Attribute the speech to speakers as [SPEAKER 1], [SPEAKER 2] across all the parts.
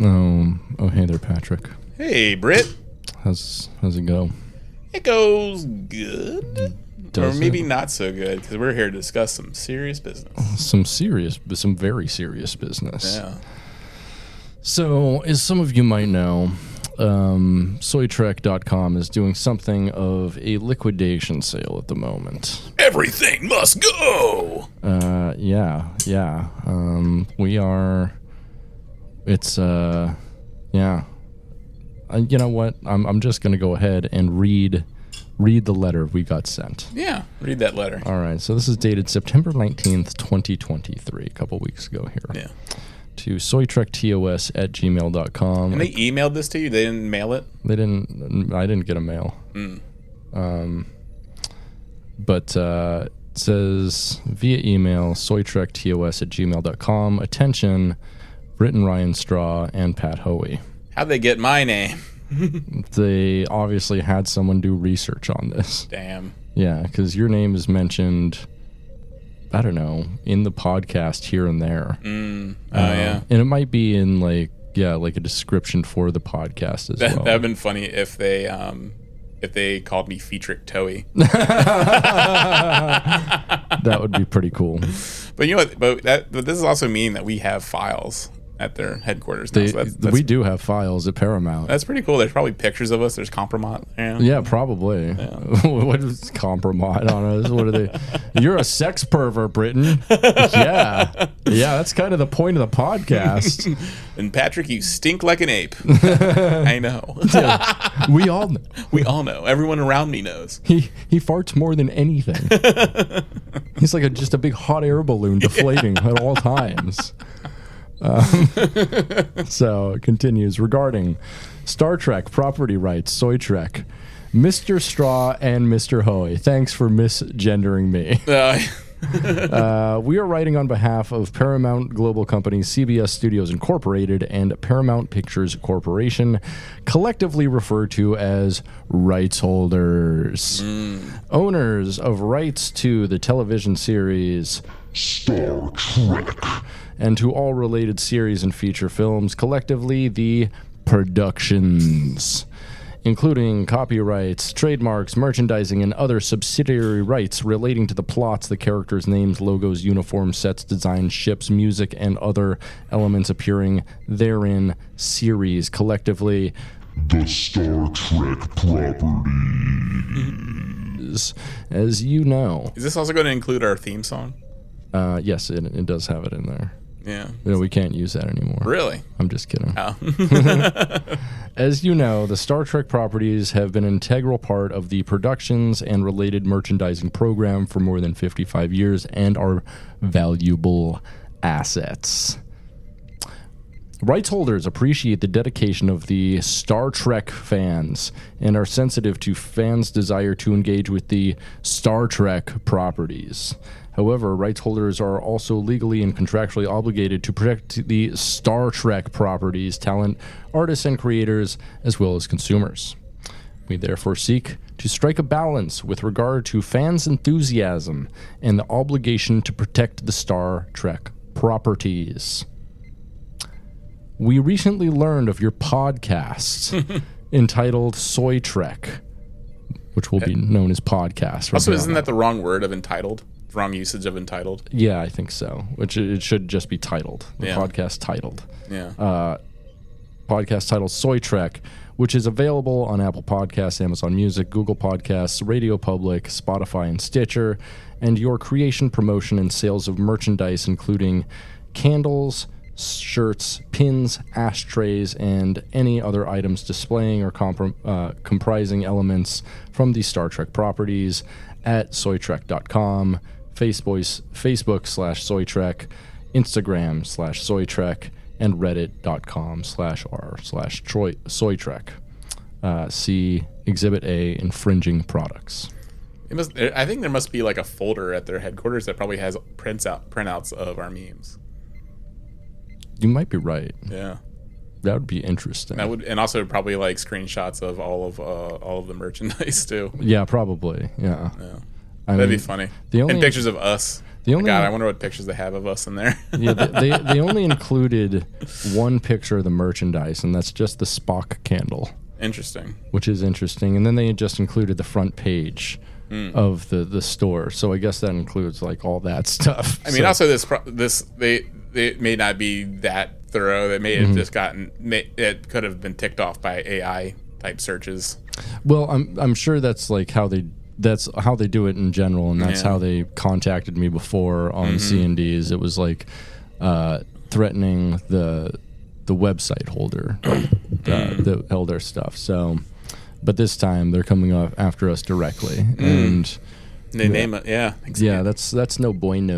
[SPEAKER 1] Um, oh, hey there, Patrick.
[SPEAKER 2] Hey, Britt.
[SPEAKER 1] How's how's it go?
[SPEAKER 2] It goes good.
[SPEAKER 1] Does
[SPEAKER 2] or maybe
[SPEAKER 1] it?
[SPEAKER 2] not so good because we're here to discuss some serious business.
[SPEAKER 1] Some serious, some very serious business.
[SPEAKER 2] Yeah.
[SPEAKER 1] So, as some of you might know, um, SoyTrek.com is doing something of a liquidation sale at the moment.
[SPEAKER 2] Everything must go.
[SPEAKER 1] Uh, yeah, yeah. Um, we are. It's uh, yeah. Uh, you know what? I'm I'm just gonna go ahead and read read the letter we got sent.
[SPEAKER 2] Yeah. Read that letter.
[SPEAKER 1] All right. So this is dated September 19th, 2023, a couple weeks ago here.
[SPEAKER 2] Yeah.
[SPEAKER 1] To soytrektos at gmail.com.
[SPEAKER 2] And they emailed this to you. They didn't mail it.
[SPEAKER 1] They didn't. I didn't get a mail. Um,
[SPEAKER 2] Mm.
[SPEAKER 1] but uh, it says via email soytrektos at gmail.com. Attention, Britton Ryan Straw and Pat Hoey.
[SPEAKER 2] How'd they get my name?
[SPEAKER 1] They obviously had someone do research on this.
[SPEAKER 2] Damn.
[SPEAKER 1] Yeah, because your name is mentioned. I don't know in the podcast here and there.
[SPEAKER 2] Oh yeah.
[SPEAKER 1] Um, and it might be in like yeah, like a description for the podcast as
[SPEAKER 2] That,
[SPEAKER 1] well.
[SPEAKER 2] that'd have been funny if they um if they called me Featrick Toey.
[SPEAKER 1] that would be pretty cool.
[SPEAKER 2] But you know what? But that but this is also mean that we have files at their headquarters. Now,
[SPEAKER 1] They-
[SPEAKER 2] so that's, that's,
[SPEAKER 1] we do have files at Paramount.
[SPEAKER 2] that's pretty cool. There's probably pictures of us. There's compromise. Yeah.
[SPEAKER 1] yeah, probably. what is compromise on us? What are they? You're a sex pervert, Britain. Yeah, yeah. That's kind of the point of the podcast.
[SPEAKER 2] And Patrick, you stink like an ape. I know.
[SPEAKER 1] we all kn-
[SPEAKER 2] we all know. Everyone around me knows.
[SPEAKER 1] he he farts more than anything. He's like a, just a big hot air balloon deflating at all times. Um, So it continues regarding Star Trek property rights, Soy Trek, Mr. Straw and Mr. Hoey. Thanks for misgendering me.
[SPEAKER 2] Uh,
[SPEAKER 1] Uh, we are writing on behalf of Paramount Global Company, CBS Studios Incorporated, and Paramount Pictures Corporation, collectively referred to as rights holders, owners of rights to the television series
[SPEAKER 3] Star Trek.
[SPEAKER 1] and to all related series and feature films, collectively the productions, including copyrights, trademarks, merchandising, and other subsidiary rights relating to the plots, the characters' names, logos, uniforms, sets, designs, ships, music, and other elements appearing therein, series, collectively
[SPEAKER 3] The Star Trek property.
[SPEAKER 1] as- as you know.
[SPEAKER 2] is this also going to include our theme song?
[SPEAKER 1] Uh, yes, it, it does have it in there.
[SPEAKER 2] Yeah.
[SPEAKER 1] No, we can't use that anymore.
[SPEAKER 2] Really?
[SPEAKER 1] I'm just kidding.
[SPEAKER 2] Oh.
[SPEAKER 1] As you know, the Star Trek properties have been an integral part of the productions and related merchandising program for more than 55 years and are valuable assets. Rights holders appreciate the dedication of the Star Trek fans and are sensitive to fans' desire to engage with the Star Trek properties. However, rights holders are also legally and contractually obligated to protect the Star Trek properties, talent, artists, and creators, as well as consumers. We therefore seek to strike a balance with regard to fans' enthusiasm and the obligation to protect the Star Trek properties. We recently learned of your podcast entitled Soy Trek, which will be known as Podcast. from
[SPEAKER 2] Also,
[SPEAKER 1] here
[SPEAKER 2] isn't
[SPEAKER 1] on
[SPEAKER 2] that the wrong word of entitled? Wrong usage of entitled?
[SPEAKER 1] out. Yeah, I think so. Which it it should just be titled. The
[SPEAKER 2] Yeah.
[SPEAKER 1] podcast titled.
[SPEAKER 2] Yeah.
[SPEAKER 1] Uh, podcast titled Soy Trek, which is available on Apple Podcasts, Amazon Music, Google Podcasts, Radio Public, Spotify, and Stitcher, and your creation, promotion, and sales of merchandise, including candles, shirts, pins, ashtrays, and any other items displaying or comprom- uh, comprising elements from the Star Trek properties at soytrek.com, Facebook, Facebook slash soytrek, Instagram slash soytrek, and reddit.com slash r slash Troy- soytrek. Uh, see Exhibit A infringing products.
[SPEAKER 2] it must, there- I think there must be like a folder at their headquarters that probably has prints out printouts of our memes.
[SPEAKER 1] You might be right.
[SPEAKER 2] Yeah.
[SPEAKER 1] That would be interesting.
[SPEAKER 2] That would, and also probably like screenshots of all of uh, all of the merchandise too.
[SPEAKER 1] yeah, probably. Yeah.
[SPEAKER 2] Yeah.
[SPEAKER 1] I
[SPEAKER 2] That'd
[SPEAKER 1] mean,
[SPEAKER 2] be funny.
[SPEAKER 1] the only-
[SPEAKER 2] and pictures of us.
[SPEAKER 1] The only
[SPEAKER 2] God, I wonder what pictures they have of us in there.
[SPEAKER 1] yeah, they, they, they only included one picture of the merchandise, and that's just the Spock candle,
[SPEAKER 2] Interesting.
[SPEAKER 1] which is interesting. And then they just included the front page
[SPEAKER 2] Hmm.
[SPEAKER 1] of the, the store. So I guess that includes like all that stuff.
[SPEAKER 2] I mean, also this pro- this they they may not be that thorough. They may have just gotten may, it could have been ticked off by AI type searches.
[SPEAKER 1] Well, I'm I'm sure that's like how they that's how they do it in general, and that's
[SPEAKER 2] Yeah. Mm-hmm.
[SPEAKER 1] how they contacted me before on C and D's. It was like uh, threatening the the website holder like, uh,
[SPEAKER 2] Mm.
[SPEAKER 1] that held our stuff. So, but this time they're coming up after us directly,
[SPEAKER 2] Mm.
[SPEAKER 1] and
[SPEAKER 2] They name it, yeah. Exactly.
[SPEAKER 1] yeah, that's that's no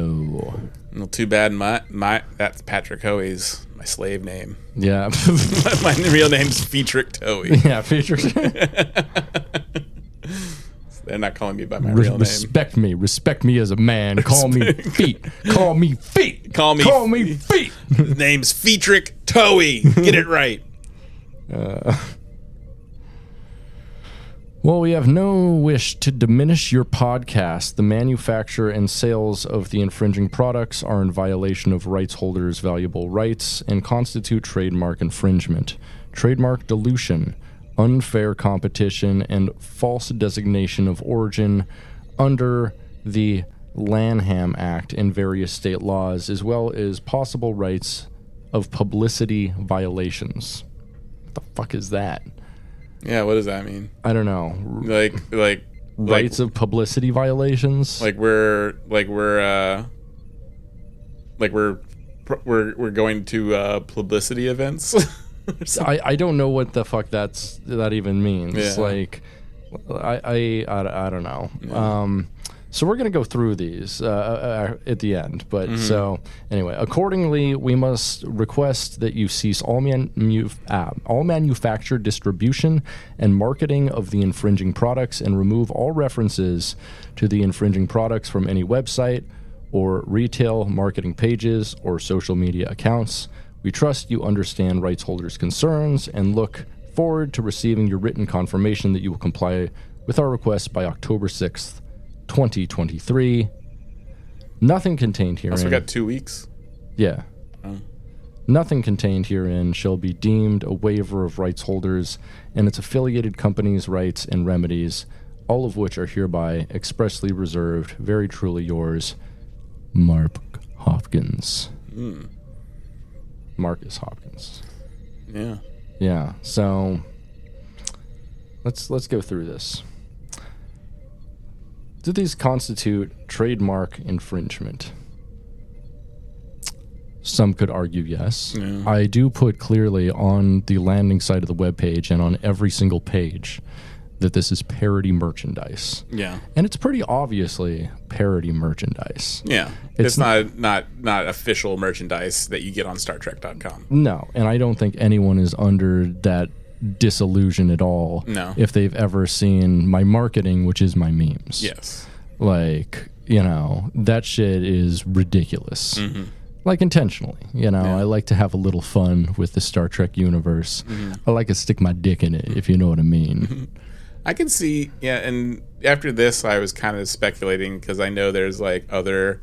[SPEAKER 1] bueno.
[SPEAKER 2] Well, too bad my my that's Patrick Hoey's my slave name.
[SPEAKER 1] Yeah,
[SPEAKER 2] my real name's Fetrick Hoey.
[SPEAKER 1] yeah. Features.
[SPEAKER 2] They're not calling me by my
[SPEAKER 1] Re-
[SPEAKER 2] real name.
[SPEAKER 1] respect me. Respect me as a man. Call me feet. Call me feet.
[SPEAKER 2] Call me-
[SPEAKER 1] Call me feet.
[SPEAKER 2] His name's Fetrick Toey. Get it right.
[SPEAKER 1] Well, we have no wish to diminish your podcast. The manufacture and sales of the infringing products are in violation of rights holders' valuable rights and constitute trademark infringement, trademark dilution, unfair competition, and false designation of origin under the Lanham Act and various state laws, as well as possible rights of publicity violations. What the fuck is that?
[SPEAKER 2] Yeah, what does that mean?
[SPEAKER 1] I don't know
[SPEAKER 2] Like like like,
[SPEAKER 1] rights of publicity violations.
[SPEAKER 2] like we're like we're uh like we're we're we're going to uh publicity events.
[SPEAKER 1] I, I don't know what the fuck that's that even means.
[SPEAKER 2] Yeah.
[SPEAKER 1] Like, I, I, I, I don't know. Um, so we're gonna go through these uh, uh, uh, at the end. But so anyway, accordingly, we must request that you cease all man mu- ah, all manufacture, distribution, and marketing of the infringing products, and remove all references to the infringing products from any website. Or retail marketing pages or social media accounts. We trust you understand rights holders' concerns and look forward to receiving your written confirmation that you will comply with our request by October 6th, 2023. Nothing contained herein.
[SPEAKER 2] we got two weeks.
[SPEAKER 1] yeah. Nothing contained herein shall be deemed a waiver of rights holders and its affiliated companies' rights and remedies, all of which are hereby expressly reserved. Very truly yours, Mark Hopkins. Marcus Hopkins.
[SPEAKER 2] Yeah.
[SPEAKER 1] Yeah. So let's let's go through this. Do these constitute trademark infringement? Some could argue yes. I do put clearly on the landing side of the webpage and on every single page that this is parody merchandise.
[SPEAKER 2] Yeah.
[SPEAKER 1] And it's pretty obviously parody merchandise.
[SPEAKER 2] Yeah. It's, not not not official merchandise that you get on StarTrek.com.
[SPEAKER 1] No, and I don't think anyone is under that disillusion at all.
[SPEAKER 2] No.
[SPEAKER 1] If they've ever seen my marketing, which is my memes.
[SPEAKER 2] Yes.
[SPEAKER 1] Like, you know, that shit is ridiculous.
[SPEAKER 2] Mm-hmm.
[SPEAKER 1] Like intentionally, you know, I like to have a little fun with the Star Trek universe.
[SPEAKER 2] Mm-hmm.
[SPEAKER 1] I like to stick my dick in it, if you know what I mean.
[SPEAKER 2] I can see, yeah, and after this, I was kind of speculating because I know there's like other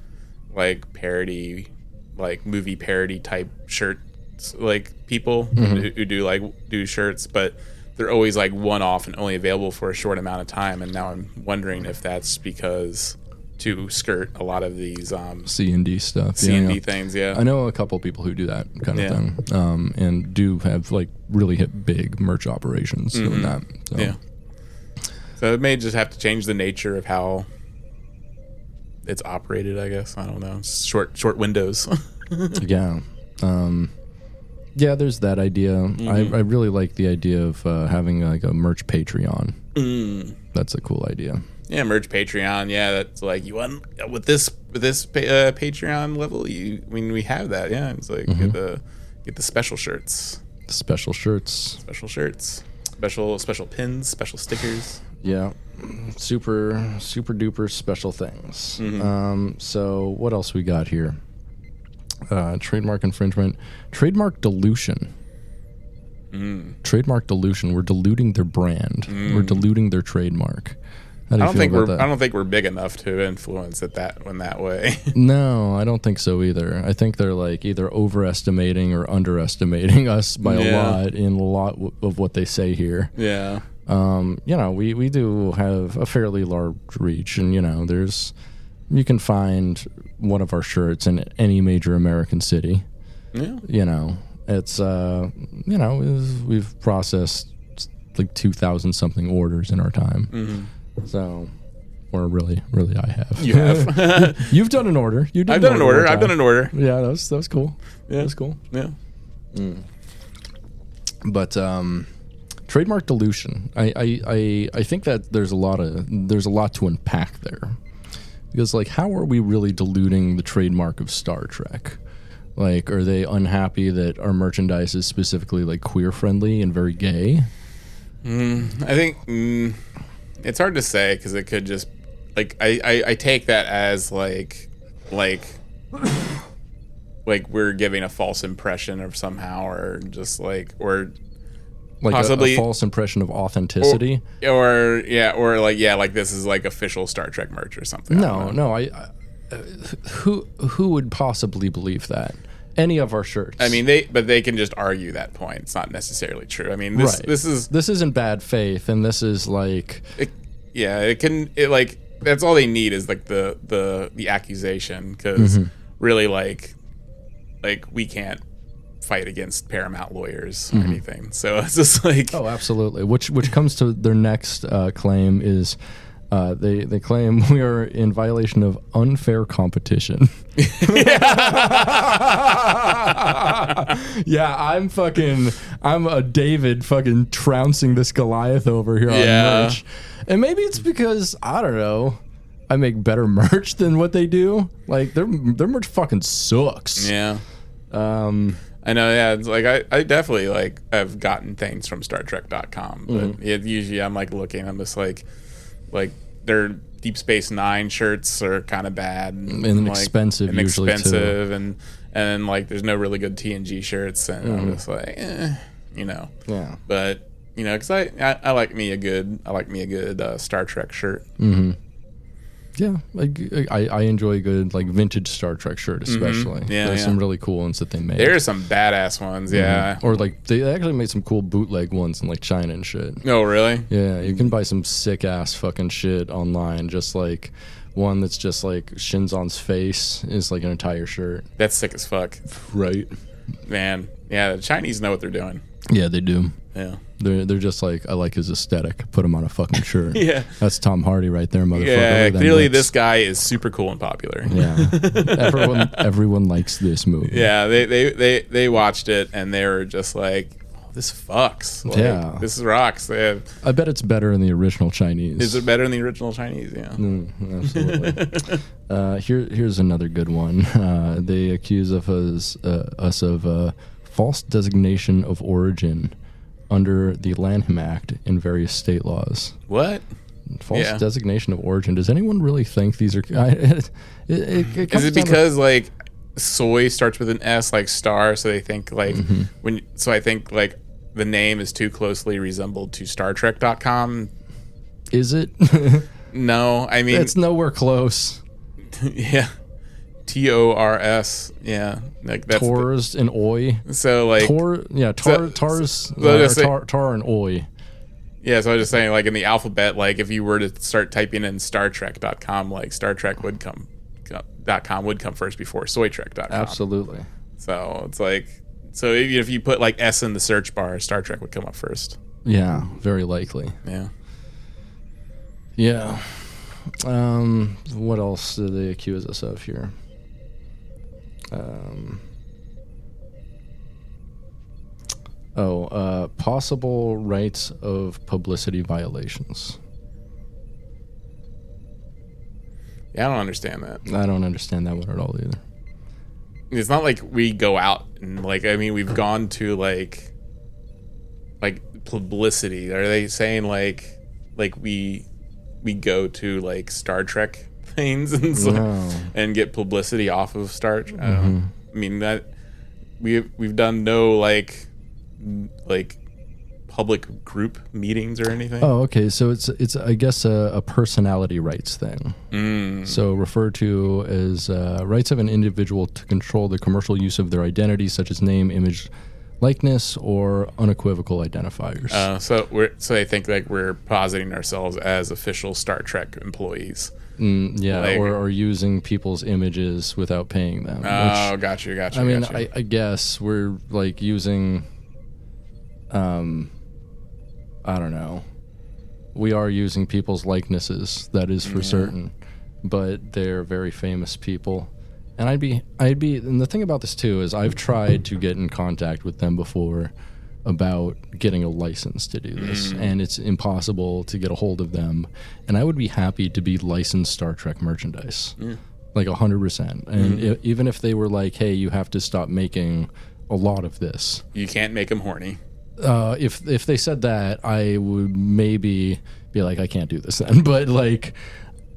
[SPEAKER 2] like parody, like movie parody type shirts, like people
[SPEAKER 1] Mm-hmm.
[SPEAKER 2] who, who do like do shirts, but they're always like one off and only available for a short amount of time. And now I'm wondering if that's because to skirt a lot of these um,
[SPEAKER 1] C and D stuff.
[SPEAKER 2] D
[SPEAKER 1] yeah, yeah.
[SPEAKER 2] things, yeah.
[SPEAKER 1] I know a couple people who do that kind
[SPEAKER 2] Yeah.
[SPEAKER 1] of thing, um, and do have like really hit big merch operations doing that. So.
[SPEAKER 2] Mm-hmm. Yeah. So it may just have to change the nature of how it's operated, I guess. I don't know. Short short windows.
[SPEAKER 1] Yeah. Um, yeah, there's that idea.
[SPEAKER 2] Mm-hmm.
[SPEAKER 1] I, I really like the idea of uh, having like a merch Patreon.
[SPEAKER 2] Mm.
[SPEAKER 1] That's a cool idea.
[SPEAKER 2] yeah, merge Patreon. Yeah, that's like you want with this with this pa- uh, Patreon level. You I mean we have that. Yeah, it's like
[SPEAKER 1] Mm-hmm.
[SPEAKER 2] get the get the special shirts,
[SPEAKER 1] Special shirts.
[SPEAKER 2] special shirts, special special pins, special stickers.
[SPEAKER 1] Yeah. Super, super duper special things.
[SPEAKER 2] Mm-hmm.
[SPEAKER 1] Um, so, what else we got here? Uh, trademark infringement, trademark dilution.
[SPEAKER 2] Mm.
[SPEAKER 1] Trademark dilution. We're diluting their brand, we're diluting their trademark. How do you
[SPEAKER 2] I don't
[SPEAKER 1] feel
[SPEAKER 2] think
[SPEAKER 1] about
[SPEAKER 2] we're
[SPEAKER 1] that?
[SPEAKER 2] I don't think we're big enough to influence it that in that way.
[SPEAKER 1] No, I don't think so either. I think they're like either overestimating or underestimating us by a
[SPEAKER 2] Yeah.
[SPEAKER 1] lot in a lot w- of what they say here.
[SPEAKER 2] yeah.
[SPEAKER 1] Um, you know, we, we do have a fairly large reach, and you know, there's you can find one of our shirts in any major American city.
[SPEAKER 2] Yeah.
[SPEAKER 1] You know, it's uh, you know, is- we've processed like two thousand something orders in our time,
[SPEAKER 2] Mm.
[SPEAKER 1] so. Or really, really, I have.
[SPEAKER 2] Mm-hmm. You have.
[SPEAKER 1] You've done an order. You did
[SPEAKER 2] I've done an order.
[SPEAKER 1] one
[SPEAKER 2] I've done
[SPEAKER 1] time.
[SPEAKER 2] an order.
[SPEAKER 1] Yeah, that was that was cool.
[SPEAKER 2] Yeah.
[SPEAKER 1] That was cool.
[SPEAKER 2] Yeah.
[SPEAKER 1] But um, trademark dilution. I, I I I think that there's a lot of there's a lot to unpack there, because like how are we really diluting the trademark of Star Trek? Like, are they unhappy that our merchandise is specifically like queer friendly and very gay?
[SPEAKER 2] I think mm, it's hard to say because it could just like I, I I take that as like like like we're giving a false impression of somehow or just like or
[SPEAKER 1] Like a- a,
[SPEAKER 2] Possibly.
[SPEAKER 1] false impression of authenticity.
[SPEAKER 2] or yeah or like yeah like this is like official Star Trek merch or something. I don't
[SPEAKER 1] no,
[SPEAKER 2] know.
[SPEAKER 1] no. I, I who who would possibly believe that? Any of our shirts.
[SPEAKER 2] I mean they but they can just argue that point. It's not necessarily true. I mean this
[SPEAKER 1] Right.
[SPEAKER 2] this is
[SPEAKER 1] this isn't bad faith, and this is like
[SPEAKER 2] it, yeah it can it like that's all they need is like the the the accusation because really like like we can't fight against paramount lawyers or anything so it's just like
[SPEAKER 1] Oh, absolutely. Which which comes to their next uh, claim is uh, they they claim we are in violation of unfair competition. yeah, I'm fucking I'm a David fucking trouncing this Goliath over here
[SPEAKER 2] Yeah.
[SPEAKER 1] on merch. And maybe it's because I don't know. I make better merch than what they do. Like their their merch fucking sucks.
[SPEAKER 2] yeah
[SPEAKER 1] Um,
[SPEAKER 2] i know yeah it's like i, I definitely like i've gotten things from star trek.com but
[SPEAKER 1] Mm-hmm.
[SPEAKER 2] it, usually i'm like looking i'm just like like their deep space nine shirts are kind of bad and,
[SPEAKER 1] expensive usually, too.
[SPEAKER 2] expensive and and like there's no really good tng shirts and
[SPEAKER 1] Mm-hmm.
[SPEAKER 2] i'm just like eh, you know
[SPEAKER 1] yeah.
[SPEAKER 2] but you know, because I, I I like me a good I like me a good uh, Star Trek shirt.
[SPEAKER 1] Yeah, like I, I enjoy a good like vintage Star Trek shirt, especially.
[SPEAKER 2] Mm-hmm. Yeah,
[SPEAKER 1] there's
[SPEAKER 2] yeah.
[SPEAKER 1] some really cool ones that they made.
[SPEAKER 2] There are some badass ones, yeah.
[SPEAKER 1] or like they actually made some cool bootleg ones in like China and shit.
[SPEAKER 2] Oh, really?
[SPEAKER 1] Yeah, you can buy some sick ass fucking shit online. Just like one that's just like Shinzon's face is like an entire shirt.
[SPEAKER 2] That's sick as fuck,
[SPEAKER 1] Right.
[SPEAKER 2] man. Yeah, the Chinese know what they're doing.
[SPEAKER 1] Yeah, they do.
[SPEAKER 2] Yeah,
[SPEAKER 1] They're they're just like I like his aesthetic. Put him on a fucking shirt.
[SPEAKER 2] Yeah.
[SPEAKER 1] That's Tom Hardy right there, motherfucker.
[SPEAKER 2] yeah.
[SPEAKER 1] Look at them
[SPEAKER 2] Clearly,
[SPEAKER 1] lips.
[SPEAKER 2] this guy is super cool and popular. Yeah,
[SPEAKER 1] Yeah. everyone everyone likes this movie.
[SPEAKER 2] they, they they they watched it and they were just like, oh, this fucks. Like,
[SPEAKER 1] Yeah.
[SPEAKER 2] this rocks. They have,
[SPEAKER 1] I bet it's better in the original Chinese.
[SPEAKER 2] is it better than the original Chinese? Yeah.
[SPEAKER 1] Mm, absolutely. uh, here, here's another good one. Uh, they accuse of us, uh, us of uh, false designation of origin under the Lanham Act and various state laws.
[SPEAKER 2] What?
[SPEAKER 1] False
[SPEAKER 2] Yeah.
[SPEAKER 1] designation of origin. Does anyone really think these are? I, it, it, it,
[SPEAKER 2] Is
[SPEAKER 1] comes
[SPEAKER 2] it
[SPEAKER 1] down to-
[SPEAKER 2] because like soy starts with an S, like star, so they think like
[SPEAKER 1] Mm-hmm.
[SPEAKER 2] when? So I think like the name is too closely resembled to Star Trek.com.
[SPEAKER 1] is it?
[SPEAKER 2] No, I mean
[SPEAKER 1] it's nowhere close.
[SPEAKER 2] yeah, T O R S. Yeah, like that's the-
[SPEAKER 1] Tors and oi.
[SPEAKER 2] so like
[SPEAKER 1] Tor, yeah, tar,
[SPEAKER 2] So-
[SPEAKER 1] tars,
[SPEAKER 2] so
[SPEAKER 1] uh,
[SPEAKER 2] let's say-
[SPEAKER 1] tar, tar and oi.
[SPEAKER 2] yeah. So I was just saying like in the alphabet, like if you were to start typing in Star Trek.com, like Star Trek would come dot com would come first before soytrek.com.
[SPEAKER 1] Absolutely.
[SPEAKER 2] So it's like so even if you put like S in the search bar, Star Trek would come up first.
[SPEAKER 1] Yeah, very likely.
[SPEAKER 2] Yeah.
[SPEAKER 1] Yeah. Um, what else do they accuse us of here? Um, oh, uh, possible rights of publicity violations.
[SPEAKER 2] Yeah, I don't understand that.
[SPEAKER 1] I don't understand that one at all either.
[SPEAKER 2] It's not like we go out and like I mean we've gone to like like publicity. Are they saying like like we we go to like Star Trek things and so,
[SPEAKER 1] No.
[SPEAKER 2] and get publicity off of Star Trek? I, don't
[SPEAKER 1] Mm-hmm.
[SPEAKER 2] know. I mean that we we've done no like like public group meetings or anything.
[SPEAKER 1] Oh, okay. So it's it's I guess a, a personality rights thing. So referred to as uh, rights of an individual to control the commercial use of their identity, such as name, image, likeness, or unequivocal identifiers.
[SPEAKER 2] Uh, so we're so I think like we're positing ourselves as official Star Trek employees.
[SPEAKER 1] Mm, yeah,
[SPEAKER 2] like-
[SPEAKER 1] or, or using people's images without paying them. which-
[SPEAKER 2] Oh, got you, got you.
[SPEAKER 1] I mean,
[SPEAKER 2] got you.
[SPEAKER 1] I, I guess we're like using, um, I don't know. We are using people's likenesses. That is for certain, but they're very famous people, and I'd be, I'd be, and the thing about this too is I've tried to get in contact with them before about getting a license to do this, and it's impossible to get a hold of them. And I would be happy to be licensed Star Trek merchandise like 100% and e- even if they were like hey you have to stop making a lot of this
[SPEAKER 2] you can't make them horny.
[SPEAKER 1] uh, if if they said that i would maybe be like i can't do this then but like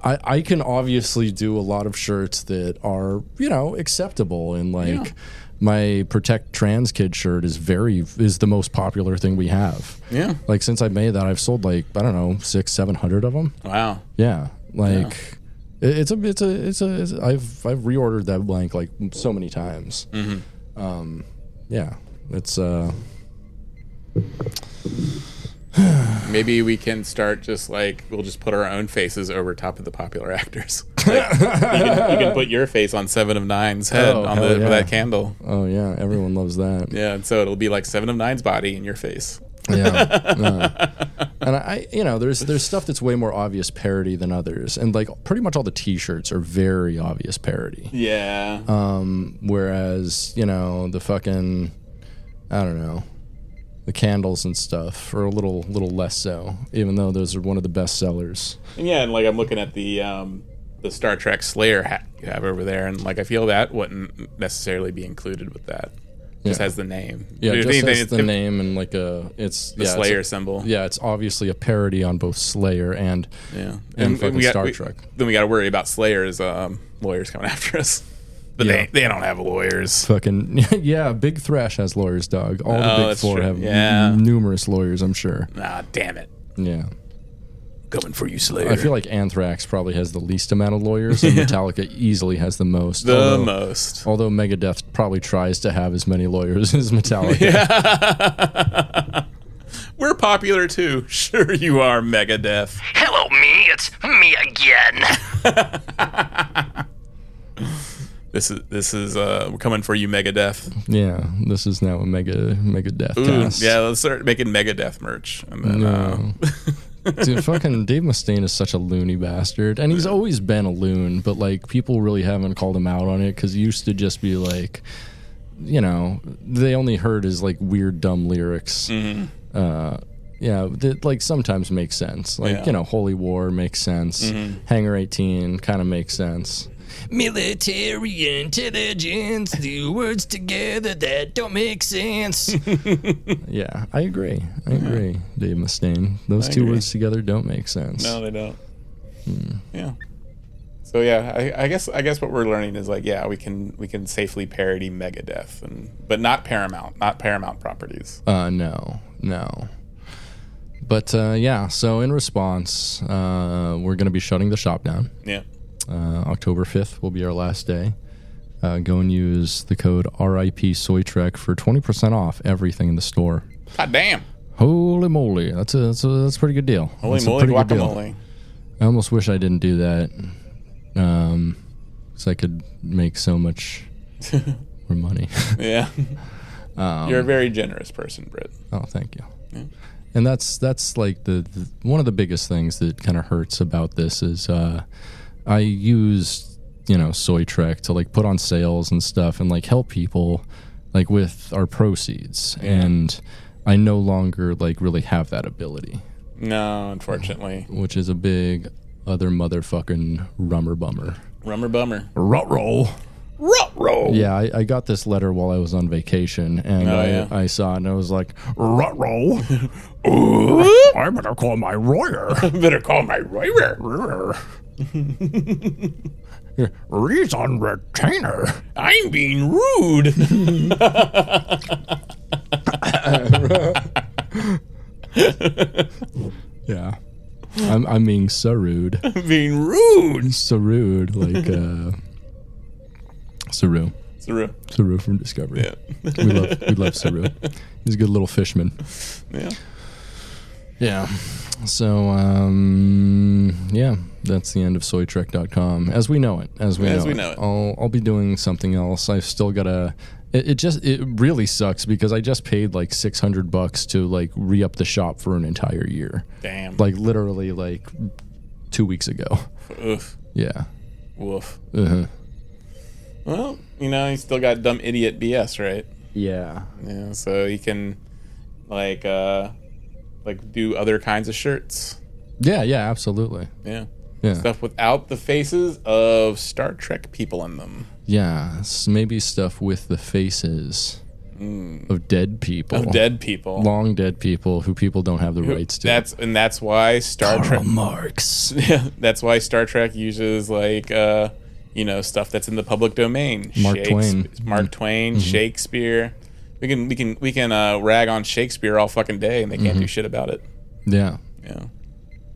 [SPEAKER 1] I, I can obviously do a lot of shirts that are you know acceptable and like my protect trans kid shirt is very is the most popular thing we have
[SPEAKER 2] Yeah.
[SPEAKER 1] like since i made that i've sold like i don't know six seven hundred of them
[SPEAKER 2] Wow.
[SPEAKER 1] yeah, like it it's a it's a it's a it's a- I've I've reordered that blank like so many times. Um, yeah, it's uh,
[SPEAKER 2] Maybe we can start just like we'll just put our own faces over top of the popular actors. Like, you, can, you can put your face on Seven of Nine's head
[SPEAKER 1] Oh,
[SPEAKER 2] on
[SPEAKER 1] hell
[SPEAKER 2] the, for
[SPEAKER 1] yeah.
[SPEAKER 2] that candle.
[SPEAKER 1] oh yeah, everyone loves that.
[SPEAKER 2] Yeah, and so it'll be like Seven of Nine's body in your face.
[SPEAKER 1] yeah. yeah. And I, you know, there's there's stuff that's way more obvious parody than others, and like pretty much all the T-shirts are very obvious parody.
[SPEAKER 2] Yeah.
[SPEAKER 1] Uh. Whereas you know the fucking, I don't know, the candles and stuff are a little little less so, even though those are one of the best sellers.
[SPEAKER 2] And yeah, and like I'm looking at the um, the Star Trek Slayer hat you have over there, and like I feel that wouldn't necessarily be included with that. Just
[SPEAKER 1] Yeah.
[SPEAKER 2] has the name.
[SPEAKER 1] Yeah,
[SPEAKER 2] If
[SPEAKER 1] just
[SPEAKER 2] anything,
[SPEAKER 1] as
[SPEAKER 2] it's
[SPEAKER 1] the
[SPEAKER 2] if-
[SPEAKER 1] name and like a it's
[SPEAKER 2] the
[SPEAKER 1] yeah, it's a-
[SPEAKER 2] Slayer symbol.
[SPEAKER 1] yeah, it's obviously a parody on both Slayer and
[SPEAKER 2] Yeah.
[SPEAKER 1] fucking
[SPEAKER 2] we got-
[SPEAKER 1] Star
[SPEAKER 2] we-
[SPEAKER 1] Trek.
[SPEAKER 2] Then we got to worry about Slayer's um, lawyers coming after us. But
[SPEAKER 1] Yeah.
[SPEAKER 2] they, they don't have lawyers.
[SPEAKER 1] fucking yeah. Big Thrash has lawyers, dog. All
[SPEAKER 2] Oh,
[SPEAKER 1] the big
[SPEAKER 2] that's
[SPEAKER 1] four
[SPEAKER 2] true.
[SPEAKER 1] have
[SPEAKER 2] Yeah.
[SPEAKER 1] n- numerous lawyers. I'm sure.
[SPEAKER 2] Ah, damn it.
[SPEAKER 1] Yeah,
[SPEAKER 2] Coming for you, Slayer.
[SPEAKER 1] I feel like Anthrax probably has the least amount of lawyers, and Metallica easily has the most.
[SPEAKER 2] the
[SPEAKER 1] although,
[SPEAKER 2] most.
[SPEAKER 1] although Megadeth probably tries to have as many lawyers as Metallica.
[SPEAKER 2] We're popular too. Sure, you are, Megadeth.
[SPEAKER 4] Hello, me. It's me again.
[SPEAKER 2] This is this is uh, we're coming for you, Megadeth.
[SPEAKER 1] Yeah, this is now a mega Megadeth
[SPEAKER 2] Ooh,
[SPEAKER 1] cast.
[SPEAKER 2] yeah, let's start making Megadeth merch. And then, uh,
[SPEAKER 1] No. Dude, fucking Dave Mustaine is such a loony bastard. And he's always been a loon, but like people really haven't called him out on it because he used to just be like, you know, they only heard his like weird, dumb lyrics. Uh, yeah, that like sometimes makes sense. Like,
[SPEAKER 2] Yeah. Mm-hmm.
[SPEAKER 1] you know, Holy War makes sense. Hangar 18 kind of makes sense. Military intelligence, the words together that don't make sense. Yeah, I agree. I agree, Dave Mustaine. Those two
[SPEAKER 2] agree.
[SPEAKER 1] words together don't make sense.
[SPEAKER 2] no, they don't.
[SPEAKER 1] Hmm.
[SPEAKER 2] Yeah. So yeah, I, I guess I guess what we're learning is like, yeah, we can we can safely parody Megadeth, and but not Paramount, not Paramount properties.
[SPEAKER 1] Uh, no, no. But uh, yeah, so in response, uh, we're going to be shutting the shop down.
[SPEAKER 2] Yeah.
[SPEAKER 1] Uh, October 5th will be our last day. Uh, go and use the code RIP SoyTrek for 20% off everything in the store.
[SPEAKER 2] God damn.
[SPEAKER 1] Holy moly, that's a, that's a, that's a pretty good deal.
[SPEAKER 2] Holy
[SPEAKER 1] That's a
[SPEAKER 2] moly,
[SPEAKER 1] pretty good deal.
[SPEAKER 2] guacamole.
[SPEAKER 1] I almost wish I didn't do that, um, because I could make so much more money.
[SPEAKER 2] Yeah.
[SPEAKER 1] Um,
[SPEAKER 2] You're a very generous person, Britt.
[SPEAKER 1] oh, thank you. And that's that's like the, the one of the biggest things that kind of hurts about this is uh, I used you know Soy Trek to like put on sales and stuff and like help people like with our proceeds, and I no longer like really have that ability,
[SPEAKER 2] No, unfortunately.
[SPEAKER 1] which is a big other motherfucking rummer bummer.
[SPEAKER 2] Rummer bummer.
[SPEAKER 1] Rut roll.
[SPEAKER 2] Rut roll.
[SPEAKER 1] Yeah, I, I got this letter while I was on vacation, and
[SPEAKER 2] Oh,
[SPEAKER 1] I,
[SPEAKER 2] yeah.
[SPEAKER 1] I saw it, and I was like, "Rut roll! Uh, I better call my lawyer.
[SPEAKER 2] Better call my lawyer.
[SPEAKER 1] He's on retainer."
[SPEAKER 2] I'm being rude.
[SPEAKER 1] I'm being so rude.
[SPEAKER 2] being rude.
[SPEAKER 1] so rude. Like, uh, Saru.
[SPEAKER 2] It's real.
[SPEAKER 1] Saru from Discovery.
[SPEAKER 2] Yeah.
[SPEAKER 1] We love, we love Saru. He's a good little fishman.
[SPEAKER 2] Yeah.
[SPEAKER 1] Yeah. So, um, yeah, that's the end of soytrek.com as we know it. As we,
[SPEAKER 2] As
[SPEAKER 1] know,
[SPEAKER 2] we
[SPEAKER 1] it.
[SPEAKER 2] know it.
[SPEAKER 1] I'll, I'll be doing something else. I've still got to. It, it just it really sucks because I just paid like 600 bucks to like re up the shop for an entire year.
[SPEAKER 2] Damn.
[SPEAKER 1] Like literally like 2 weeks ago.
[SPEAKER 2] Oof.
[SPEAKER 1] Yeah.
[SPEAKER 2] Woof.
[SPEAKER 1] Uh-huh.
[SPEAKER 2] Well, you know, he's still got dumb idiot BS, right?
[SPEAKER 1] Yeah.
[SPEAKER 2] Yeah. So he can, like, uh, like do other kinds of shirts.
[SPEAKER 1] Yeah, yeah, absolutely.
[SPEAKER 2] Yeah.
[SPEAKER 1] Yeah.
[SPEAKER 2] Stuff without the faces of Star Trek people in them.
[SPEAKER 1] Yeah, s- maybe stuff with the faces of dead people.
[SPEAKER 2] Mm. Of dead people.
[SPEAKER 1] long dead people who people don't have the rights to.
[SPEAKER 2] That's and that's why Star Trek.
[SPEAKER 1] Marx.
[SPEAKER 2] Yeah, that's why Star Trek uses like uh, you know stuff that's in the public domain.
[SPEAKER 1] Mark
[SPEAKER 2] Shakespe-
[SPEAKER 1] Twain. Mm-hmm.
[SPEAKER 2] Mark Twain, Shakespeare. We can we can we can uh, rag on Shakespeare all fucking day, and they can't do
[SPEAKER 1] Mm-hmm.
[SPEAKER 2] shit about it.
[SPEAKER 1] Yeah,
[SPEAKER 2] Yeah,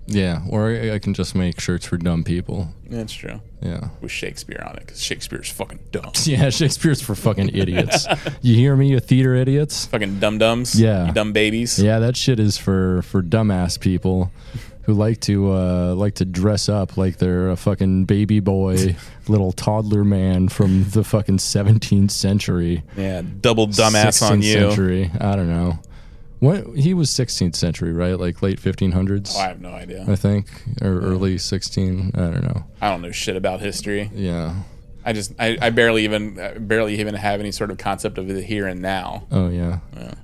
[SPEAKER 1] yeah. Or I, I can just make shirts for dumb people.
[SPEAKER 2] that's true.
[SPEAKER 1] Yeah.
[SPEAKER 2] With Shakespeare on it, because Shakespeare's fucking dumb.
[SPEAKER 1] Yeah, Shakespeare's for fucking idiots. you hear me, you theater idiots?
[SPEAKER 2] fucking dum dums.
[SPEAKER 1] Yeah.
[SPEAKER 2] you dumb babies.
[SPEAKER 1] Yeah, that shit is for for dumbass people who like to uh, like to dress up like they're a fucking baby boy, little toddler man from the fucking 17th century.
[SPEAKER 2] Yeah, double dumbass on
[SPEAKER 1] 16th
[SPEAKER 2] you.
[SPEAKER 1] Century. I don't know. What he was 16th century, right? Like late 1500s.
[SPEAKER 2] Oh, I have no idea.
[SPEAKER 1] I think, or early 16. I don't know.
[SPEAKER 2] I don't know shit about history.
[SPEAKER 1] Yeah.
[SPEAKER 2] I just I, I barely even I barely even have any sort of concept of the here and now.
[SPEAKER 1] Oh yeah.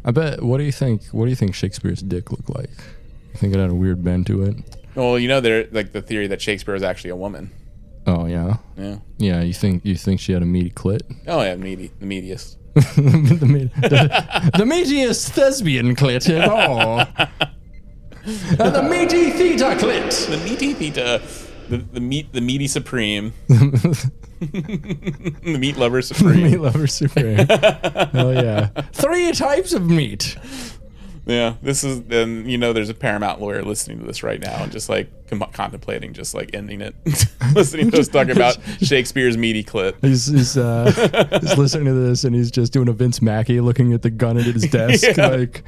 [SPEAKER 1] I bet. What do you think? What do you think Shakespeare's dick looked like? I think it had a weird bend to it.
[SPEAKER 2] Well, you know, there like the theory that Shakespeare was actually a woman.
[SPEAKER 1] Oh yeah.
[SPEAKER 2] Yeah.
[SPEAKER 1] Yeah. You think you think she had a meaty clit?
[SPEAKER 2] Oh yeah, meaty, the meatiest.
[SPEAKER 1] the, meat, the, the meatiest thespian clit of all. And the meaty theta clit.
[SPEAKER 2] The meaty theta, the, the meat, the meaty supreme, the meat lover
[SPEAKER 1] Meat
[SPEAKER 2] supreme.
[SPEAKER 1] lover supreme. Hell yeah. Three types of meat.
[SPEAKER 2] yeah, this is. And you know, there's a Paramount lawyer listening to this right now and just like com- contemplating, just like ending it, listening to us talk about Shakespeare's meaty clit.
[SPEAKER 1] He's he's, uh, he's listening to this and he's just doing a Vince Mackey, looking at the gun at his desk,
[SPEAKER 2] Yeah.
[SPEAKER 1] like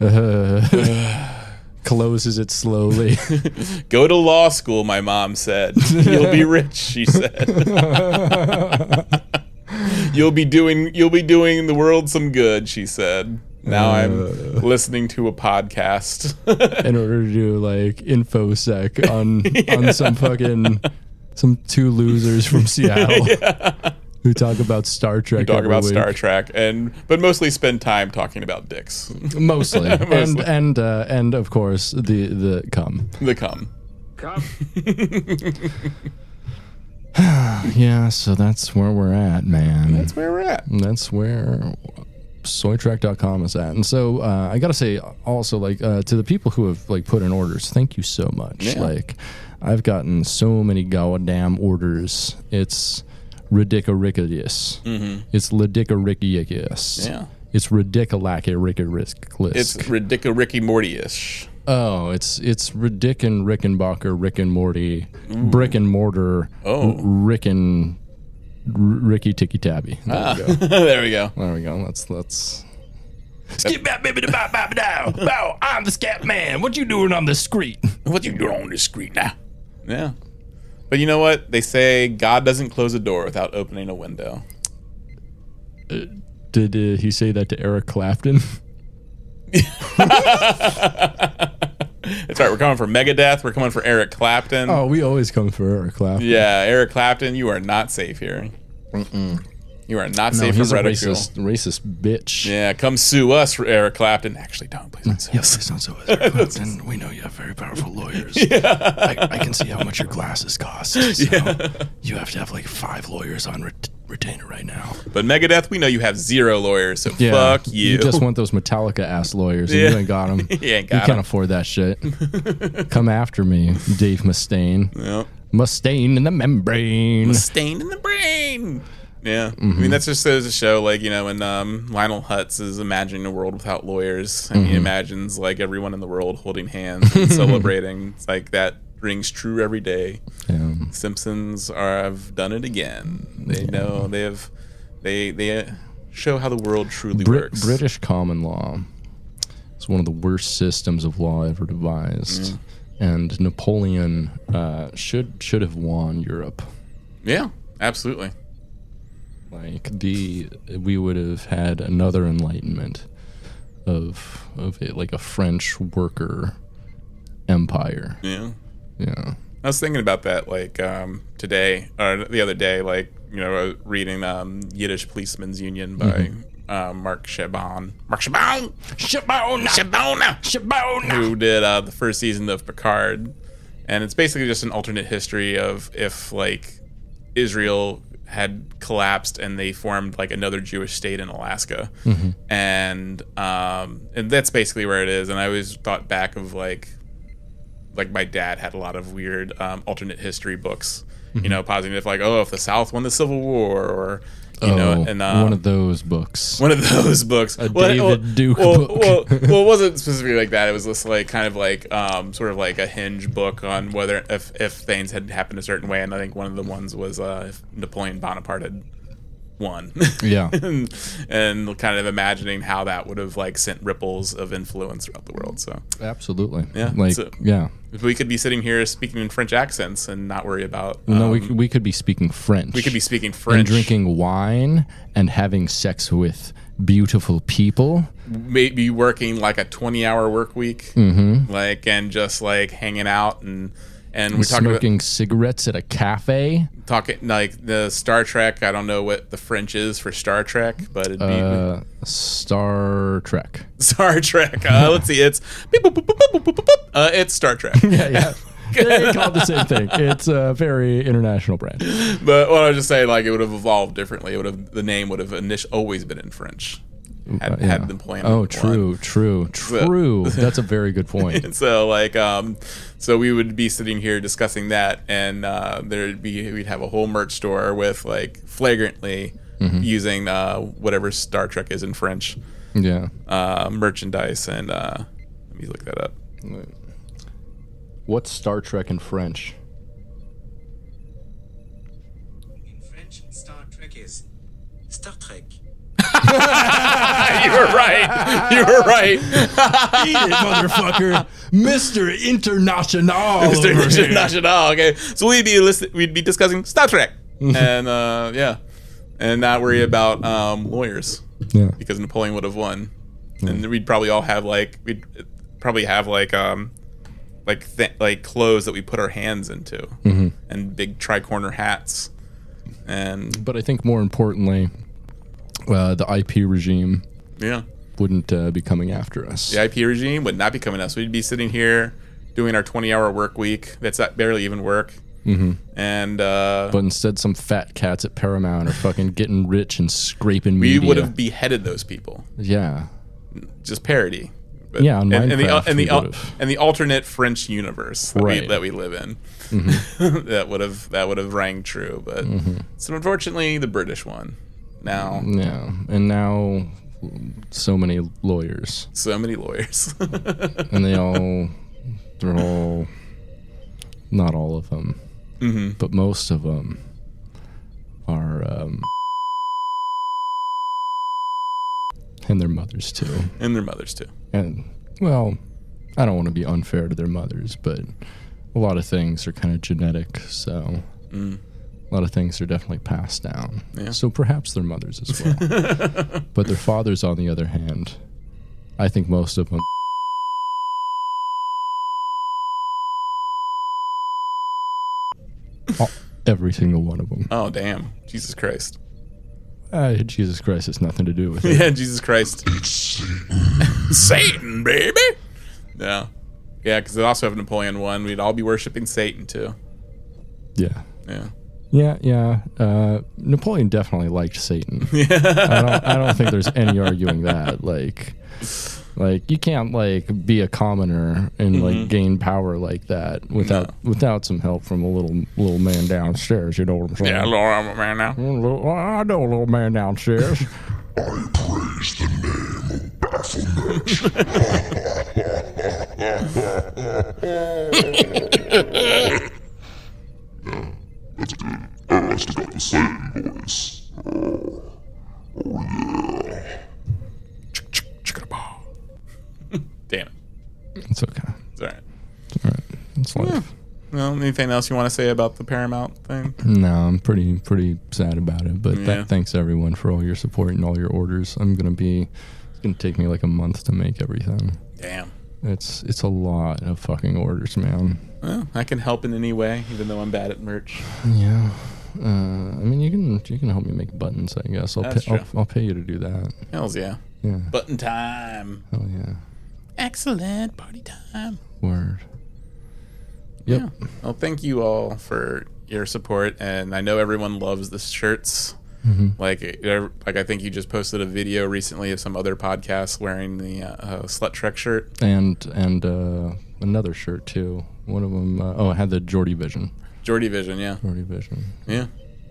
[SPEAKER 1] uh, closes it slowly.
[SPEAKER 2] Go to law school, my mom said. You'll be rich, she said. you'll be doing you'll be doing the world some good, she said. Now I'm listening to a podcast.
[SPEAKER 1] in order to do like infosec on on some fucking some two losers from Seattle who talk about Star Trek.
[SPEAKER 2] Talk
[SPEAKER 1] every
[SPEAKER 2] about
[SPEAKER 1] week.
[SPEAKER 2] Star Trek and but mostly spend time talking about dicks.
[SPEAKER 1] mostly, and
[SPEAKER 2] Mostly.
[SPEAKER 1] and uh, and of course the the cum.
[SPEAKER 2] The cum.
[SPEAKER 1] Yeah, so that's where we're at, man.
[SPEAKER 2] That's where we're at.
[SPEAKER 1] And that's where soytrack.com is at and so uh, i gotta say also like uh, to the people who have like put in orders thank you so much
[SPEAKER 2] Yeah.
[SPEAKER 1] like i've gotten so many goddamn orders it's ridiculous it's ridiculous
[SPEAKER 2] Mm-hmm. Yeah.
[SPEAKER 1] it's ridiculous
[SPEAKER 2] It's ridiculous Ricky Morty ish.
[SPEAKER 1] oh it's it's ridic and rickenbacker rick and morty brick and mortar
[SPEAKER 2] Mm. Oh.
[SPEAKER 1] rick and ricky ticky tabby there
[SPEAKER 2] Ah.
[SPEAKER 1] you go
[SPEAKER 2] there we go.
[SPEAKER 1] there we go let's let's
[SPEAKER 4] Skip back, baby, bow, bow, bow, bow. I'm the scat man. What you doing on the street?
[SPEAKER 2] What you doing on this screen now? Yeah. But you know what? They say God doesn't close a door without opening a window.
[SPEAKER 1] Did uh, he say that to Eric Clapton?
[SPEAKER 2] It's all right. We're coming for Megadeth. We're coming for Eric Clapton.
[SPEAKER 1] oh, we always come for Eric Clapton.
[SPEAKER 2] Yeah, Eric Clapton, you are not safe here. You are not
[SPEAKER 1] No,
[SPEAKER 2] safe
[SPEAKER 1] he's a
[SPEAKER 2] from ridicule.
[SPEAKER 1] racist, racist bitch.
[SPEAKER 2] Yeah, come sue us, Eric Clapton. Actually, don't please. Don't
[SPEAKER 1] Mm,
[SPEAKER 2] sue us.
[SPEAKER 1] Please don't sue us, Eric Clapton. We know you have very powerful lawyers. I, I can see how much your glasses cost. So you have to have like five lawyers on ret- retainer right now.
[SPEAKER 2] But Megadeth, we know you have zero lawyers, so fuck you.
[SPEAKER 1] You just want those Metallica ass lawyers, and
[SPEAKER 2] Yeah.
[SPEAKER 1] you ain't got them.
[SPEAKER 2] You ain't
[SPEAKER 1] you
[SPEAKER 2] got
[SPEAKER 1] can't
[SPEAKER 2] 'em.
[SPEAKER 1] afford that shit. Come after me, Dave Mustaine.
[SPEAKER 2] Yeah.
[SPEAKER 1] Mustaine in the membrane.
[SPEAKER 2] Stained in the brain. Yeah, I mean that's just goes to show, like you know, when um, Lionel Hutz is imagining a world without lawyers, and he imagines like everyone in the world holding hands and celebrating. It's like that rings true every day.
[SPEAKER 1] Yeah.
[SPEAKER 2] Simpsons are have done it again. They know they have they they show how the world truly
[SPEAKER 1] Brit-
[SPEAKER 2] works.
[SPEAKER 1] British common law is one of the worst systems of law ever
[SPEAKER 2] Mm.
[SPEAKER 1] devised, and Napoleon uh, should should have won Europe.
[SPEAKER 2] Yeah, absolutely.
[SPEAKER 1] Like the we would have had another Enlightenment of of it, like a French worker empire.
[SPEAKER 2] Yeah.
[SPEAKER 1] Yeah,
[SPEAKER 2] I was thinking about that like um, today or the other day, like you know, I was reading um, Yiddish Policeman's Union by
[SPEAKER 1] Mm-hmm.
[SPEAKER 2] uh, Mark Chabon. Mark Chabon, Chabon, Chabon, Chabon, who did uh, the first season of Picard, and it's basically just an alternate history of if like Israel had collapsed and they formed like another Jewish state in Alaska,
[SPEAKER 1] Mm-hmm.
[SPEAKER 2] and um, and that's basically where it is. And I always thought back of like like my dad had a lot of weird um, alternate history books,
[SPEAKER 1] Mm-hmm.
[SPEAKER 2] you know, positive like oh if the South won the Civil War or you know
[SPEAKER 1] Oh,
[SPEAKER 2] and um,
[SPEAKER 1] one of those books.
[SPEAKER 2] one of those books. A
[SPEAKER 1] David Duke
[SPEAKER 2] well,
[SPEAKER 1] book.
[SPEAKER 2] Well, well, it wasn't specifically like that. It was just like kind of like um, sort of like a hinge book on whether if if things had happened a certain way. And I think one of the ones was uh, if Napoleon Bonaparte had won.
[SPEAKER 1] yeah,
[SPEAKER 2] and, and kind of imagining how that would have like sent ripples of influence throughout the world. So
[SPEAKER 1] absolutely.
[SPEAKER 2] Yeah,
[SPEAKER 1] like
[SPEAKER 2] so-
[SPEAKER 1] yeah.
[SPEAKER 2] if we could be sitting here speaking in French accents and not worry about.
[SPEAKER 1] No,
[SPEAKER 2] um,
[SPEAKER 1] we could, we could be speaking French.
[SPEAKER 2] we could be speaking French,
[SPEAKER 1] and drinking wine and having sex with beautiful people.
[SPEAKER 2] maybe working like a 20 hour work week mm-hmm. like and just like hanging out and and we're talking about
[SPEAKER 1] smoking cigarettes at a cafe.
[SPEAKER 2] talking like the star trek i don't know what the french is for star trek but it'd be
[SPEAKER 1] Uh, Star Trek.
[SPEAKER 2] star trek uh, let's see it's beep, boop, boop, boop, boop, boop, boop, boop. Uh, it's star trek
[SPEAKER 1] Yeah, yeah. they call it the same thing. It's a very international brand.
[SPEAKER 2] but what i was just saying like it would have evolved differently it would have the name would have init- always been in french had,
[SPEAKER 1] Yeah.
[SPEAKER 2] had the plan
[SPEAKER 1] Oh,
[SPEAKER 2] won.
[SPEAKER 1] true, true, true. That's a very good point.
[SPEAKER 2] And so like um so we would be sitting here discussing that and uh there'd be we'd have a whole merch store with like flagrantly using uh whatever Star Trek is in French
[SPEAKER 1] Yeah.
[SPEAKER 2] uh merchandise and uh let me look that up.
[SPEAKER 1] What's Star Trek in French?
[SPEAKER 5] In French, Star Trek is Star Trek.
[SPEAKER 2] you were right. You were right.
[SPEAKER 1] motherfucker, Mister International.
[SPEAKER 2] International. Okay. So we'd be listen- we'd be discussing Star Trek. and uh yeah. And not worry about um lawyers.
[SPEAKER 1] Yeah.
[SPEAKER 2] because Napoleon would have won,
[SPEAKER 1] Hmm.
[SPEAKER 2] and we'd probably all have like we'd probably have like um like th- like clothes that we put our hands into,
[SPEAKER 1] Mm-hmm.
[SPEAKER 2] and big tricorner hats, and
[SPEAKER 1] But I think more importantly, uh, the IP regime
[SPEAKER 2] yeah,
[SPEAKER 1] wouldn't uh, be coming after us.
[SPEAKER 2] the IP regime would not be coming us. We'd be sitting here doing our twenty-hour work week. That's not barely even work, mm-hmm. and uh,
[SPEAKER 1] But instead, some fat cats at Paramount are fucking getting rich and scraping
[SPEAKER 2] we
[SPEAKER 1] media.
[SPEAKER 2] would have beheaded those people.
[SPEAKER 1] yeah,
[SPEAKER 2] Just parody. But,
[SPEAKER 1] Yeah, on
[SPEAKER 2] and, and the
[SPEAKER 1] Minecraft
[SPEAKER 2] and
[SPEAKER 1] we
[SPEAKER 2] the
[SPEAKER 1] would've.
[SPEAKER 2] and the alternate French universe that, we,
[SPEAKER 1] Right. Mm-hmm.
[SPEAKER 2] that we live in, that would have that would have rang true, but so unfortunately the British one. Now
[SPEAKER 1] yeah. And now, so many lawyers,
[SPEAKER 2] so many lawyers.
[SPEAKER 1] and they all, they're all, not all of them, but most of them are, um, and their mothers too.
[SPEAKER 2] and their mothers too.
[SPEAKER 1] and well, I don't want to be unfair to their mothers, but a lot of things are kind of genetic, so a lot of things are definitely passed down. So perhaps their mothers as well, but their fathers, on the other hand, I think most of them. All- Every single one of them.
[SPEAKER 2] Oh damn. Jesus Christ.
[SPEAKER 1] Ah, Jesus Christ, it's nothing to do with it.
[SPEAKER 2] Yeah, Jesus Christ. Satan, baby. Yeah. Yeah, because they also have Napoleon one. We'd all be worshiping Satan too.
[SPEAKER 1] Yeah.
[SPEAKER 2] Yeah.
[SPEAKER 1] Yeah, yeah. Uh, Napoleon definitely liked Satan. I, don't, I don't think there's any arguing that. Like, like you can't like be a commoner and
[SPEAKER 2] Mm-hmm.
[SPEAKER 1] like gain power like that without without some help from a little little man downstairs. You know what I'm saying?
[SPEAKER 2] Yeah, Lord, I'm a man now.
[SPEAKER 1] Little- I know a little man downstairs.
[SPEAKER 3] I praise the name of Baphomet. That's good. Oh, I still got the same voice. Oh, oh yeah.
[SPEAKER 2] Damn it.
[SPEAKER 1] It's okay.
[SPEAKER 2] It's all right.
[SPEAKER 1] It's all right. It's life.
[SPEAKER 2] Well, anything else you want to say about the Paramount thing?
[SPEAKER 1] No, I'm pretty pretty sad about it. But
[SPEAKER 2] Yeah.
[SPEAKER 1] th- thanks everyone for all your support and all your orders. I'm gonna be. It's gonna take me like a month to make everything.
[SPEAKER 2] Damn.
[SPEAKER 1] It's it's a lot of fucking orders, man.
[SPEAKER 2] Well, I can help in any way, even though I'm bad at merch.
[SPEAKER 1] Yeah. Uh, I mean, you can you can help me make buttons, I guess. I'll,
[SPEAKER 2] That's
[SPEAKER 1] pay, I'll
[SPEAKER 2] true.
[SPEAKER 1] I'll pay you to do that.
[SPEAKER 2] Hells yeah.
[SPEAKER 1] Yeah.
[SPEAKER 2] Button time.
[SPEAKER 1] Oh yeah.
[SPEAKER 2] Excellent. Party time.
[SPEAKER 1] Word. Yep.
[SPEAKER 2] Well, thank you all for your support, and I know everyone loves the shirts. Like, eh, like I think you just posted a video recently of some other podcast wearing the uh, uh, Slut Trek shirt.
[SPEAKER 1] And and uh, another shirt too. One of them. Uh, oh, I had the Jordy Vision.
[SPEAKER 2] Jordy Vision, yeah,
[SPEAKER 1] Jordy Vision.
[SPEAKER 2] yeah,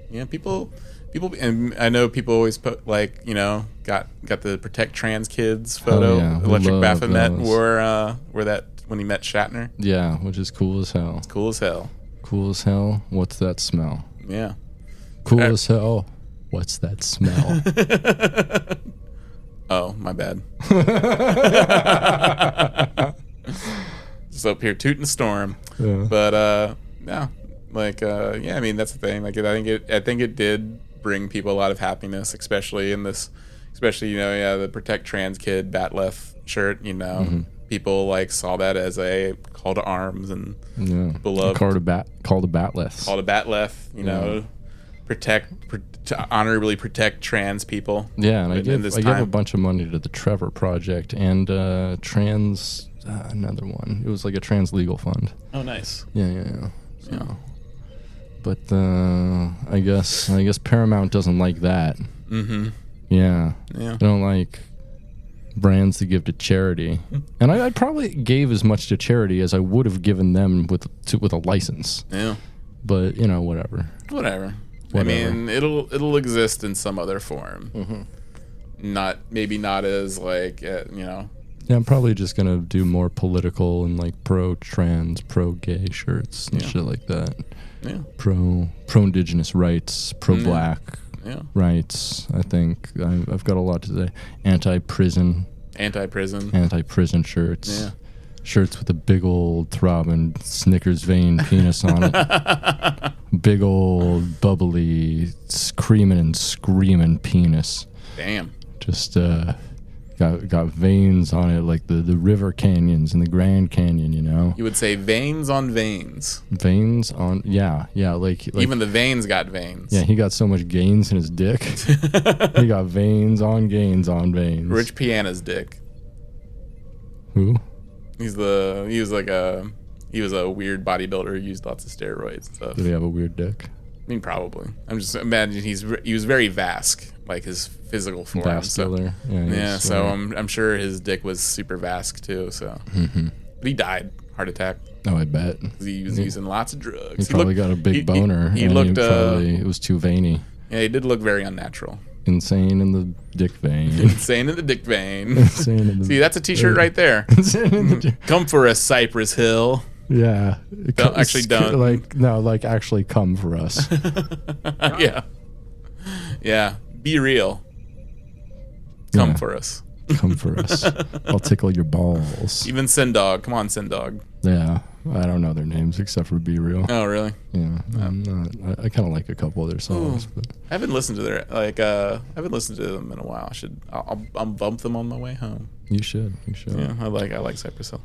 [SPEAKER 2] yeah. People, people, and I know people always put like you know got got the protect trans kids photo.
[SPEAKER 1] Oh, yeah. We
[SPEAKER 2] Electric
[SPEAKER 1] love
[SPEAKER 2] Baphomet
[SPEAKER 1] those.
[SPEAKER 2] wore uh, wore that when he met Shatner.
[SPEAKER 1] Yeah, which is cool as hell.
[SPEAKER 2] Cool as hell.
[SPEAKER 1] Cool as hell. What's that smell?
[SPEAKER 2] Yeah.
[SPEAKER 1] Cool
[SPEAKER 2] Uh,
[SPEAKER 1] as hell. What's that smell?
[SPEAKER 2] Oh, my bad. Just up here tooting storm.
[SPEAKER 1] Yeah.
[SPEAKER 2] But uh no. Like uh yeah, I mean that's the thing. Like I think it I think it did bring people a lot of happiness, especially in this especially, you know, yeah, the protect trans kid Batleth shirt, you know.
[SPEAKER 1] Mm-hmm.
[SPEAKER 2] People like saw that as a call to arms and
[SPEAKER 1] yeah.
[SPEAKER 2] Beloved.
[SPEAKER 1] Mm-hmm. Call to bat. Call to batless.
[SPEAKER 2] call to Batleth, you know, protect pr- to honorably protect trans people.
[SPEAKER 1] Yeah, and I
[SPEAKER 2] in- in
[SPEAKER 1] give
[SPEAKER 2] this
[SPEAKER 1] I give a
[SPEAKER 2] time.
[SPEAKER 1] bunch of money to the Trevor Project and uh, trans uh, another one. It was like a trans legal fund.
[SPEAKER 2] Oh nice.
[SPEAKER 1] Yeah, yeah, yeah. So,
[SPEAKER 2] Yeah.
[SPEAKER 1] but uh, I guess I guess Paramount doesn't like that. Mm-hmm. Yeah,
[SPEAKER 2] Yeah.
[SPEAKER 1] they don't like brands to give to charity. And I, I probably gave as much to charity as I would have given them with to, with a license.
[SPEAKER 2] Yeah.
[SPEAKER 1] But you know, whatever.
[SPEAKER 2] Whatever.
[SPEAKER 1] Whatever.
[SPEAKER 2] I mean, it'll it'll exist in some other form.
[SPEAKER 1] Mm-hmm.
[SPEAKER 2] Not maybe not as like uh, you know.
[SPEAKER 1] Yeah, I'm probably just gonna do more political and like pro trans, pro gay shirts and
[SPEAKER 2] Yeah.
[SPEAKER 1] shit like that.
[SPEAKER 2] Yeah.
[SPEAKER 1] Pro pro indigenous rights, pro black
[SPEAKER 2] Yeah.
[SPEAKER 1] rights. I think I've, I've got a lot to say. Anti prison,
[SPEAKER 2] Anti prison.
[SPEAKER 1] anti prison shirts.
[SPEAKER 2] Yeah.
[SPEAKER 1] Shirts with a big old throbbing Snickers vein penis on it. big old bubbly, screaming and screaming penis
[SPEAKER 2] Damn.
[SPEAKER 1] just uh, got got veins on it like the, the river canyons and the Grand Canyon, you know.
[SPEAKER 2] You would say veins on veins.
[SPEAKER 1] Veins on, yeah, yeah, like, like
[SPEAKER 2] Even the veins got veins.
[SPEAKER 1] yeah, he got so much gains in his dick. he got veins on gains on veins.
[SPEAKER 2] Rich Piana's dick.
[SPEAKER 1] who?
[SPEAKER 2] He's the he was like a he was a weird bodybuilder who used lots of steroids and stuff.
[SPEAKER 1] Did he have a weird dick?
[SPEAKER 2] I mean, probably. I'm just imagining he's re- he was very vasque, like his physical form. So.
[SPEAKER 1] Vascular. yeah, he
[SPEAKER 2] Yeah,
[SPEAKER 1] was,
[SPEAKER 2] so um,
[SPEAKER 1] uh,
[SPEAKER 2] I'm, I'm sure his dick was super vasque too. So,
[SPEAKER 1] Mm-hmm.
[SPEAKER 2] but he died heart attack.
[SPEAKER 1] oh, I bet.
[SPEAKER 2] 'cause He was using lots of drugs.
[SPEAKER 1] He, probably got a big
[SPEAKER 2] he- he-
[SPEAKER 1] boner.
[SPEAKER 2] He,
[SPEAKER 1] and
[SPEAKER 2] looked.
[SPEAKER 1] He
[SPEAKER 2] uh,
[SPEAKER 1] probably, it was too veiny.
[SPEAKER 2] yeah, he did look very unnatural.
[SPEAKER 1] Insane in the dick vein.
[SPEAKER 2] Insane in the dick vein.
[SPEAKER 1] Insane in the.
[SPEAKER 2] See, that's a T-shirt right there.
[SPEAKER 1] Insane in the dick.
[SPEAKER 2] Come for us, Cypress Hill.
[SPEAKER 1] Yeah.
[SPEAKER 2] Don't- actually don't.
[SPEAKER 1] Like no, like actually come for us.
[SPEAKER 2] yeah, yeah. Be real. Come
[SPEAKER 1] Yeah.
[SPEAKER 2] for us.
[SPEAKER 1] come for us. I'll tickle your balls.
[SPEAKER 2] Even Sindog. Come on, Sindog.
[SPEAKER 1] Yeah. I don't know their names except for Be Real.
[SPEAKER 2] Oh, really?
[SPEAKER 1] Yeah. I'm not I, I kinda like a couple of their songs, but
[SPEAKER 2] I haven't listened to their like. uh I haven't listened to them in a while. I should. I'll, I'll, I'll bump them on my way home.
[SPEAKER 1] you should. You should.
[SPEAKER 2] Yeah, I like. I like Cypress Hill.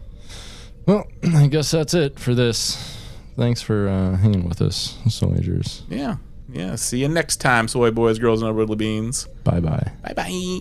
[SPEAKER 1] Well, I guess that's it for this. Thanks for uh, hanging with us, Soldiers.
[SPEAKER 2] Yeah. Yeah. See you next time, soy boys, girls, and other little beans.
[SPEAKER 1] Bye bye.
[SPEAKER 2] Bye bye.